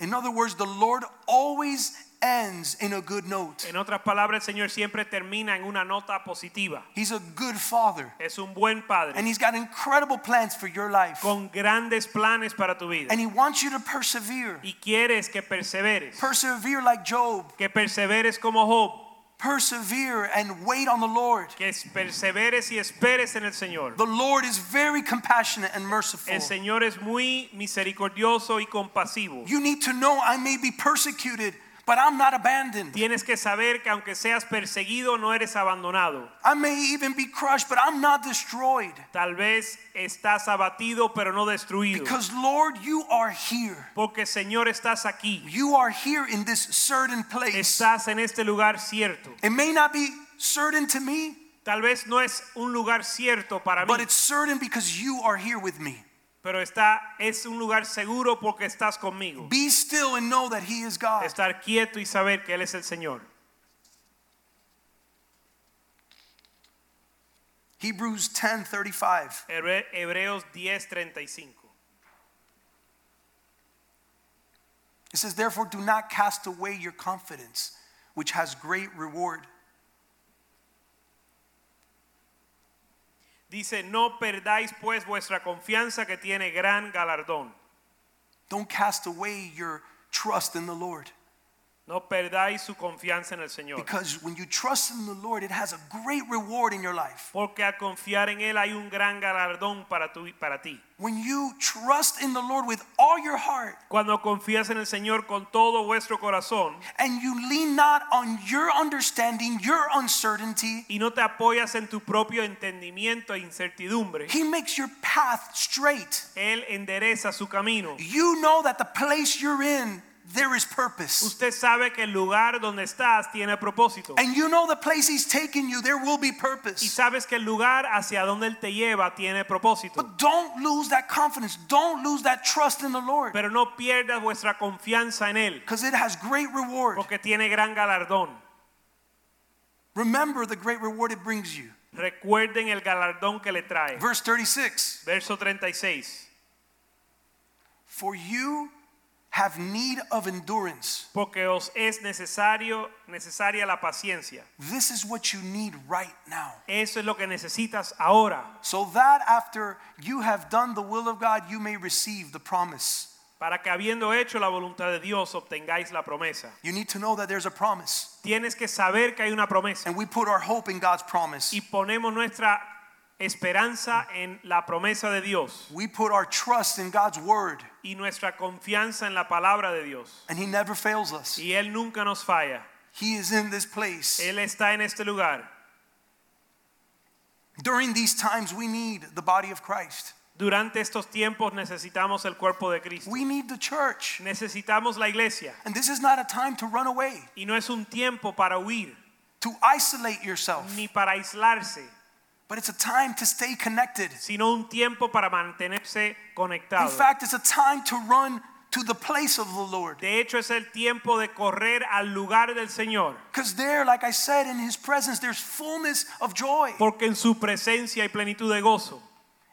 Speaker 1: In other words, the Lord always ends in a good note.
Speaker 2: En otras palabras, el Señor siempre termina en una nota positiva.
Speaker 1: He's a good father,
Speaker 2: Es un buen padre
Speaker 1: and He's got incredible plans for your life.
Speaker 2: con grandes planes para tu vida
Speaker 1: And he wants you to persevere.
Speaker 2: y quieres que perseveres,
Speaker 1: Persevere like Job.
Speaker 2: que perseveres como Job,
Speaker 1: Persevere and wait on the Lord.
Speaker 2: que es- perseveres y esperes en el Señor.
Speaker 1: The Lord is very compassionate and merciful.
Speaker 2: El Señor es muy misericordioso y compasivo.
Speaker 1: You need to know I may be persecuted, but I'm not abandoned.
Speaker 2: Tienes que saber que aunque seas perseguido no eres abandonado.
Speaker 1: I may even be crushed, but I'm not destroyed.
Speaker 2: Tal vez estás abatido pero no destruido.
Speaker 1: Because, Lord, you are here.
Speaker 2: Porque Señor estás aquí.
Speaker 1: You are here in this certain place.
Speaker 2: Estás en este lugar cierto.
Speaker 1: It may not be certain to me,
Speaker 2: Tal vez no es un lugar cierto para mí,
Speaker 1: but it's certain because you are here with me.
Speaker 2: pero está es un lugar seguro porque estás conmigo.
Speaker 1: Be still and know that He is God.
Speaker 2: estar quieto y saber que Él es el Señor.
Speaker 1: Hebrews 10 35.
Speaker 2: Hebre- Hebreos 10:35.
Speaker 1: It says, Therefore, do not cast away your confidence, which has great reward.
Speaker 2: Dice, no perdáis pues vuestra confianza que tiene gran galardón.
Speaker 1: Don't cast away your trust in the Lord.
Speaker 2: No perdáis su confianza en el Señor.
Speaker 1: Because when you trust in the Lord, it has a great reward in your life.
Speaker 2: Porque al confiar en Él hay un gran galardón para, tu, para ti.
Speaker 1: When you trust in the Lord with all your heart
Speaker 2: Cuando confías en el Señor con todo vuestro corazón
Speaker 1: and you lean not on your understanding, your uncertainty,
Speaker 2: y no te apoyas en tu propio entendimiento e incertidumbre,
Speaker 1: He makes your path straight.
Speaker 2: Él endereza su camino.
Speaker 1: You know that the place you're in, there is purpose.
Speaker 2: Usted sabe que el lugar donde estás tiene propósito.
Speaker 1: And you know the place He's taking you, there will be
Speaker 2: Y
Speaker 1: purpose.
Speaker 2: sabes que el lugar hacia donde Él te lleva tiene propósito.
Speaker 1: But don't lose that confidence. Don't lose that trust in the Lord.
Speaker 2: Pero no pierdas vuestra confianza en Él,
Speaker 1: Because it has great reward.
Speaker 2: porque tiene gran galardón.
Speaker 1: Remember the great reward it brings you.
Speaker 2: Recuerden el galardón que le trae.
Speaker 1: Verse 36
Speaker 2: Verso 36.
Speaker 1: For you have need of endurance.
Speaker 2: Porque os es necesario, necesaria la paciencia.
Speaker 1: This is what you need right now.
Speaker 2: Eso es lo que necesitas ahora
Speaker 1: So that after you have done the will of God, you may receive the promise.
Speaker 2: para que habiendo hecho la voluntad de Dios obtengáis la promesa.
Speaker 1: You need to know that there's a promise.
Speaker 2: Tienes que saber que hay una promesa
Speaker 1: And we put our hope in God's promise.
Speaker 2: y ponemos nuestra esperanza en la promesa de Dios
Speaker 1: We put our trust in God's word,
Speaker 2: y nuestra confianza en la palabra de Dios.
Speaker 1: and He never fails us.
Speaker 2: Y Él nunca nos falla.
Speaker 1: He is in this place.
Speaker 2: Él está en este lugar.
Speaker 1: During these times, we need the body of Christ,
Speaker 2: Durante estos tiempos necesitamos el cuerpo de Cristo.
Speaker 1: we need the church.
Speaker 2: Necesitamos la iglesia.
Speaker 1: And this is not a time to run away,
Speaker 2: Y no es un tiempo para huir
Speaker 1: to isolate yourself,
Speaker 2: ni para aislarse,
Speaker 1: but it's a time to stay connected.
Speaker 2: sino un tiempo para mantenerse
Speaker 1: In
Speaker 2: conectado.
Speaker 1: fact, it's a time to run to the place of the Lord.
Speaker 2: De hecho, es el tiempo de correr al lugar del Señor,
Speaker 1: Because there, like I said, in His presence, there's fullness of joy.
Speaker 2: porque en su presencia hay plenitud de gozo,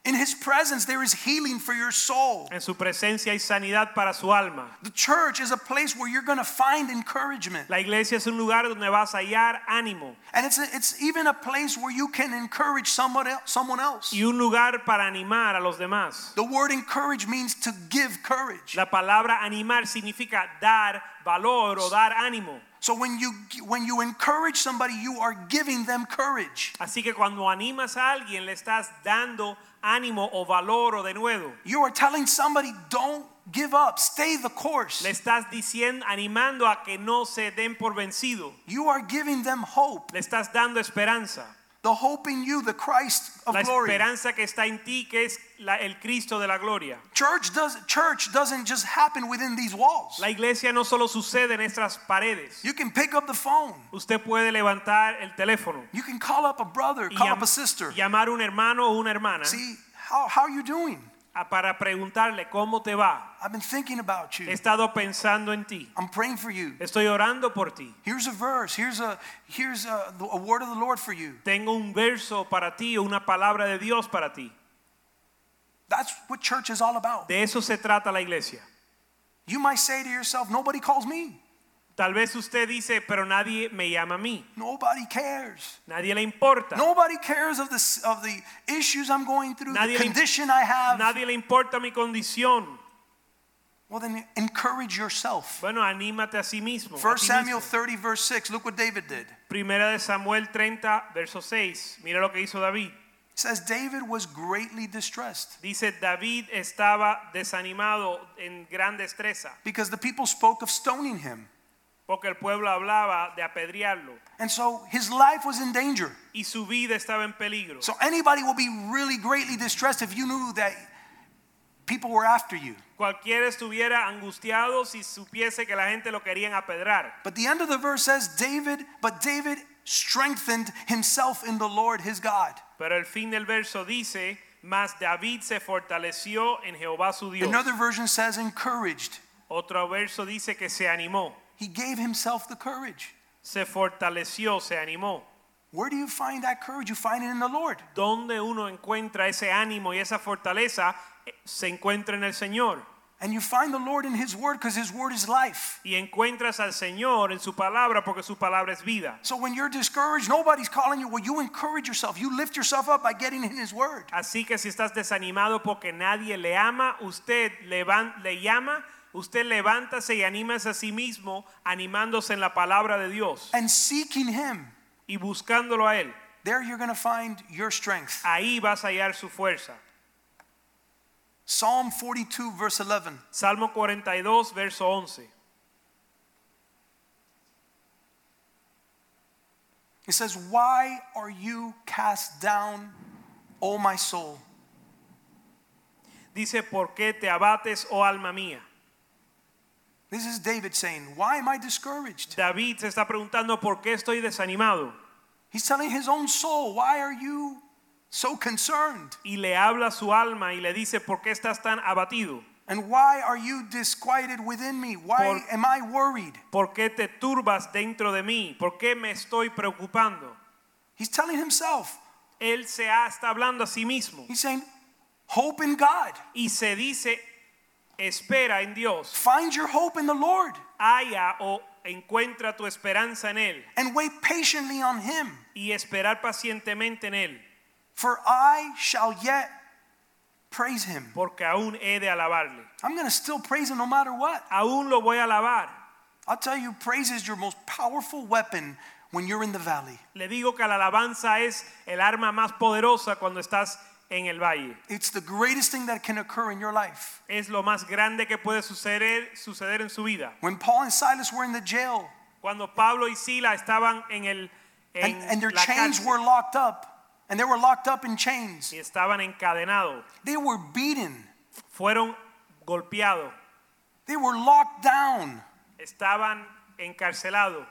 Speaker 1: In His presence, there is healing for your soul.
Speaker 2: en su presencia hay sanidad para su alma.
Speaker 1: The church is a place where you're going to find encouragement.
Speaker 2: La iglesia es un lugar donde vas a hallar ánimo
Speaker 1: And it's, it's even a place where you can encourage someone el- someone else.
Speaker 2: y un lugar para animar a los demás.
Speaker 1: The word encourage means to give courage.
Speaker 2: La palabra animar significa dar valor o dar ánimo.
Speaker 1: So when you when you encourage somebody, you are giving them courage.
Speaker 2: Así que cuando animas a alguien le estás dando ánimo o valor o de nuevo.
Speaker 1: You are telling somebody, don't give up, stay the course.
Speaker 2: Le estás diciendo, animando a que no se den por vencido.
Speaker 1: You are giving them hope.
Speaker 2: Le estás dando esperanza.
Speaker 1: The hope in you, the Christ of
Speaker 2: La
Speaker 1: glory.
Speaker 2: esperanza que está en ti, que es la- el Cristo de la gloria.
Speaker 1: Church does church doesn't just happen within these walls.
Speaker 2: La iglesia no solo sucede en estas paredes.
Speaker 1: You can pick up the phone.
Speaker 2: Usted puede levantar el teléfono
Speaker 1: You can call up a brother,
Speaker 2: y
Speaker 1: call
Speaker 2: llam-
Speaker 1: up a sister.
Speaker 2: llamar a un hermano o una hermana
Speaker 1: See, how how are you doing?
Speaker 2: a- para preguntarle cómo te va.
Speaker 1: I've been thinking about
Speaker 2: He
Speaker 1: you.
Speaker 2: estado pensando en ti.
Speaker 1: I'm praying for you.
Speaker 2: Estoy orando por ti.
Speaker 1: Here's a verse. Here's a here's a, a word of the Lord for you.
Speaker 2: Tengo un verso para ti, una palabra de Dios para ti.
Speaker 1: That's what church is all about.
Speaker 2: De eso se trata la iglesia.
Speaker 1: You might say to yourself, nobody calls me.
Speaker 2: Tal vez usted dice, pero nadie me llama a mí,
Speaker 1: Nobody cares.
Speaker 2: nadie le importa,
Speaker 1: Nobody cares of the s- of the issues I'm going through, the
Speaker 2: Nadie le-
Speaker 1: condition I have.
Speaker 2: nadie le importa mi condición.
Speaker 1: Well, then encourage yourself.
Speaker 2: Bueno, anímate a sí mismo. a
Speaker 1: 1
Speaker 2: ti
Speaker 1: Samuel
Speaker 2: mismo.
Speaker 1: 30, verse 6. Look what David did. It
Speaker 2: Primera de Samuel 30, verso 6. Mira lo que hizo David.
Speaker 1: says, David was greatly distressed
Speaker 2: Dice, David estaba desanimado en gran destreza,
Speaker 1: because the people spoke of stoning him.
Speaker 2: porque el pueblo hablaba de apedrearlo,
Speaker 1: And so his life was in danger.
Speaker 2: y su vida estaba en peligro.
Speaker 1: So anybody will be really greatly distressed if you knew that people were after you.
Speaker 2: Cualquiera estuviera angustiado si supiese que la gente lo querían apedrar.
Speaker 1: But the end of the verse says, David, but David strengthened himself in the Lord his God.
Speaker 2: Pero el fin del verso dice, mas David se fortaleció en Jehová su Dios.
Speaker 1: Another version says, encouraged.
Speaker 2: Otro verso dice que se animó,
Speaker 1: He gave himself the courage.
Speaker 2: se fortaleció, se animó.
Speaker 1: Where do you find that courage? You find it in the Lord.
Speaker 2: Donde uno encuentra ese ánimo y esa fortaleza eh, se encuentra en el Señor.
Speaker 1: And you find the Lord in His Word because His Word is life.
Speaker 2: Y encuentras al Señor en su palabra porque su palabra es vida.
Speaker 1: So when you're discouraged, nobody's calling you. Well, you encourage yourself. You lift yourself up by getting in His Word.
Speaker 2: Así que si estás desanimado porque nadie le ama, usted levan- le llama, usted levántase y anímese a sí mismo animándose en la palabra de Dios
Speaker 1: And seeking Him,
Speaker 2: y buscándolo a Él.
Speaker 1: there you're going to find your strength.
Speaker 2: Ahí vas a hallar su fuerza.
Speaker 1: Psalm 42, verse 11.
Speaker 2: Salmo 42, verso 11.
Speaker 1: It says, Why are you cast down, O my soul?
Speaker 2: Dice, ¿por qué te abates, oh alma mía?
Speaker 1: This is David saying, Why am I discouraged?
Speaker 2: David se está preguntando por qué estoy desanimado
Speaker 1: He's telling his own soul, Why are you so concerned?
Speaker 2: y le habla a su alma y le dice, ¿por qué estás tan abatido?
Speaker 1: And why are you disquieted within me? Why
Speaker 2: Por-
Speaker 1: am I worried?
Speaker 2: ¿Por qué te turbas dentro de mí? ¿Por qué me estoy preocupando?
Speaker 1: He's telling himself,
Speaker 2: Él se ha- está hablando a sí mismo
Speaker 1: He's saying, Hope in God.
Speaker 2: y se dice, espera en Dios,
Speaker 1: Find your hope in the Lord
Speaker 2: haya o encuentra tu esperanza en Él
Speaker 1: and wait patiently on Him.
Speaker 2: y esperar pacientemente en Él,
Speaker 1: For I shall yet praise Him.
Speaker 2: porque aún he de alabarle.
Speaker 1: I'm going to still praise Him no matter what.
Speaker 2: Aún lo voy a alabar.
Speaker 1: I'll tell you, praise is your most powerful weapon when you're in the valley.
Speaker 2: Le digo que la alabanza es el arma más poderosa cuando estás en el valle.
Speaker 1: It's the greatest thing that can occur in your life.
Speaker 2: Es lo más grande que puede suceder, suceder en su vida.
Speaker 1: When Paul and Silas were in the jail
Speaker 2: Cuando Pablo y Sila estaban en el en
Speaker 1: and, and their
Speaker 2: la
Speaker 1: chains
Speaker 2: cárcel
Speaker 1: were locked up, and they were locked up in chains,
Speaker 2: y estaban encadenados,
Speaker 1: they were beaten,
Speaker 2: fueron golpeados,
Speaker 1: they were locked down,
Speaker 2: estaban encarcelados,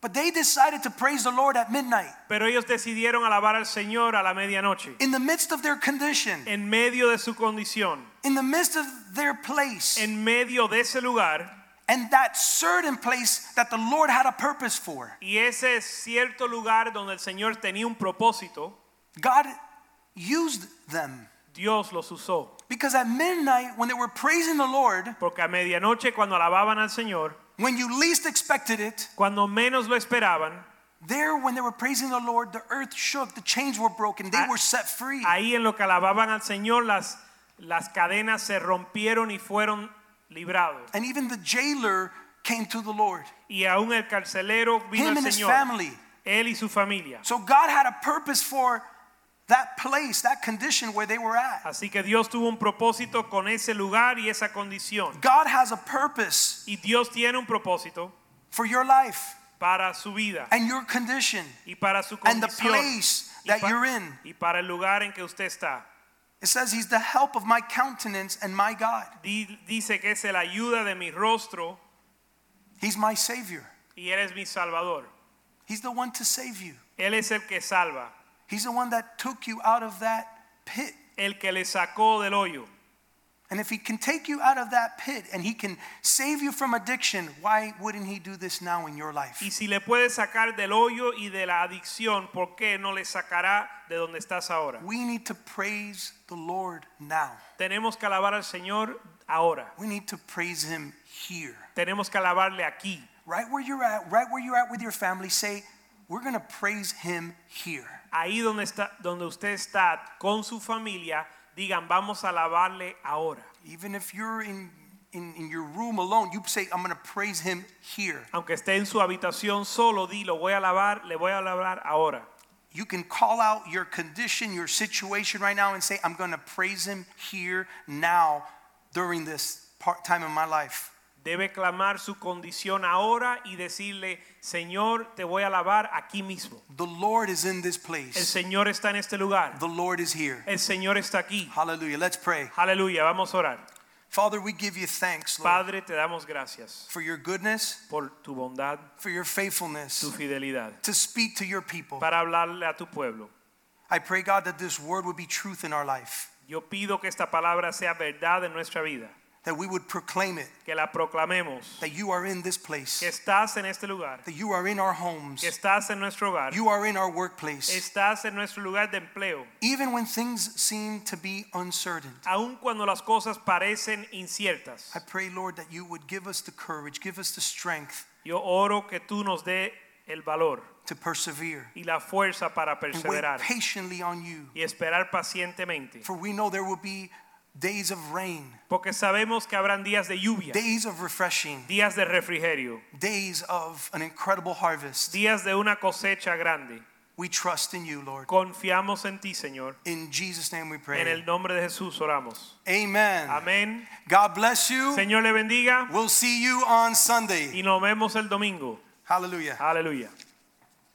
Speaker 1: but they decided to praise the Lord at midnight
Speaker 2: pero ellos decidieron alabar al Señor a la medianoche,
Speaker 1: in the midst of their condition,
Speaker 2: en medio de su condición,
Speaker 1: in the midst of their place,
Speaker 2: en medio de ese lugar
Speaker 1: and that certain place that the Lord had a purpose for.
Speaker 2: y ese cierto lugar donde el Señor tenía un propósito,
Speaker 1: God used them.
Speaker 2: Dios los usó.
Speaker 1: Because at midnight, when they were praising the Lord,
Speaker 2: Porque a medianoche cuando alababan al Señor,
Speaker 1: when you least expected it,
Speaker 2: cuando menos lo esperaban,
Speaker 1: there, when they were praising the Lord, the earth shook, the chains were broken, they
Speaker 2: Ah-
Speaker 1: were set free.
Speaker 2: ahí en lo que alababan al Señor, las, las cadenas se rompieron y fueron librados.
Speaker 1: And even the jailer came to the Lord,
Speaker 2: Y aún el carcelero vino
Speaker 1: him
Speaker 2: al
Speaker 1: and his
Speaker 2: Señor,
Speaker 1: family.
Speaker 2: él y su familia.
Speaker 1: So God had a purpose for that place, that condition where they were at.
Speaker 2: Así que Dios tuvo un propósito con ese lugar y esa condición.
Speaker 1: God has a purpose
Speaker 2: Y Dios tiene un propósito
Speaker 1: for your life
Speaker 2: para su vida
Speaker 1: and your condition.
Speaker 2: y para su
Speaker 1: and the
Speaker 2: condición
Speaker 1: place
Speaker 2: y
Speaker 1: that
Speaker 2: pa-
Speaker 1: you're in.
Speaker 2: y para el lugar en que usted está.
Speaker 1: It says, He's the help of my countenance and my God.
Speaker 2: Di- Dice que es la ayuda de mi rostro
Speaker 1: He's my Savior.
Speaker 2: y eres mi salvador.
Speaker 1: He's the one to save you.
Speaker 2: Él es el que salva,
Speaker 1: He's the one that took you out of that pit.
Speaker 2: el que le sacó del hoyo.
Speaker 1: And if he can take you out of that pit and he can save you from addiction, why wouldn't he do this now in your
Speaker 2: Y
Speaker 1: life?
Speaker 2: si le puede sacar del hoyo y de la adicción, ¿por qué no le sacará de donde estás ahora?
Speaker 1: We need to praise the Lord now.
Speaker 2: Tenemos que alabar al Señor ahora.
Speaker 1: We need to praise him here.
Speaker 2: Tenemos que alabarle aquí.
Speaker 1: Right where you're at, right where you're at with your family, say, We're going to praise him here.
Speaker 2: Ahí donde, está, donde usted está con su familia, digan, vamos a alabarle ahora.
Speaker 1: Even if you're in, in, in your room alone, you say, I'm going to praise him here.
Speaker 2: Aunque esté en su habitación solo, di, lo voy a alabar, le voy a alabar ahora.
Speaker 1: You can call out your condition, your situation right now, and say, I'm going to praise him here now during this part time in my life.
Speaker 2: Debe clamar su condición ahora y decirle, Señor, te voy a alabar aquí mismo.
Speaker 1: The Lord is in this
Speaker 2: El
Speaker 1: place.
Speaker 2: Señor está en este lugar.
Speaker 1: The Lord is here.
Speaker 2: El Señor está aquí.
Speaker 1: Hallelujah. Let's pray.
Speaker 2: Aleluya, vamos a orar.
Speaker 1: Father, we give you thanks, Lord,
Speaker 2: Padre, te damos gracias
Speaker 1: for your goodness,
Speaker 2: por tu bondad,
Speaker 1: for your
Speaker 2: tu
Speaker 1: faithfulness
Speaker 2: fidelidad,
Speaker 1: to speak to your people.
Speaker 2: para hablarle a tu pueblo.
Speaker 1: I pray, God, that this word would be truth in our life.
Speaker 2: Yo pido que esta palabra sea verdad en nuestra vida.
Speaker 1: that we would proclaim it,
Speaker 2: que la proclamemos,
Speaker 1: that you are in this place,
Speaker 2: que estás en este lugar,
Speaker 1: that you are in our homes,
Speaker 2: que estás en nuestro hogar,
Speaker 1: you are in our workplace.
Speaker 2: estás en nuestro lugar de empleo,
Speaker 1: Even when things seem to be uncertain,
Speaker 2: aun cuando las cosas parecen inciertas.
Speaker 1: I pray, Lord, that you would give us the courage, give us the strength
Speaker 2: Yo oro que tú nos dé el valor
Speaker 1: to persevere
Speaker 2: y la fuerza para
Speaker 1: and wait
Speaker 2: perseverar
Speaker 1: patiently on you.
Speaker 2: y esperar pacientemente,
Speaker 1: For we know there will be days of rain,
Speaker 2: porque sabemos que habrán días de lluvia,
Speaker 1: days of refreshing,
Speaker 2: días de refrigerio,
Speaker 1: days of an incredible harvest.
Speaker 2: días de una cosecha grande.
Speaker 1: We trust in you, Lord.
Speaker 2: Confiamos en ti, Señor.
Speaker 1: In Jesus' name we
Speaker 2: En el
Speaker 1: pray.
Speaker 2: nombre de Jesús oramos.
Speaker 1: Amen.
Speaker 2: Amén.
Speaker 1: God bless you.
Speaker 2: Señor le bendiga
Speaker 1: We'll see you on Sunday.
Speaker 2: y nos vemos el domingo.
Speaker 1: Hallelujah.
Speaker 2: Aleluya.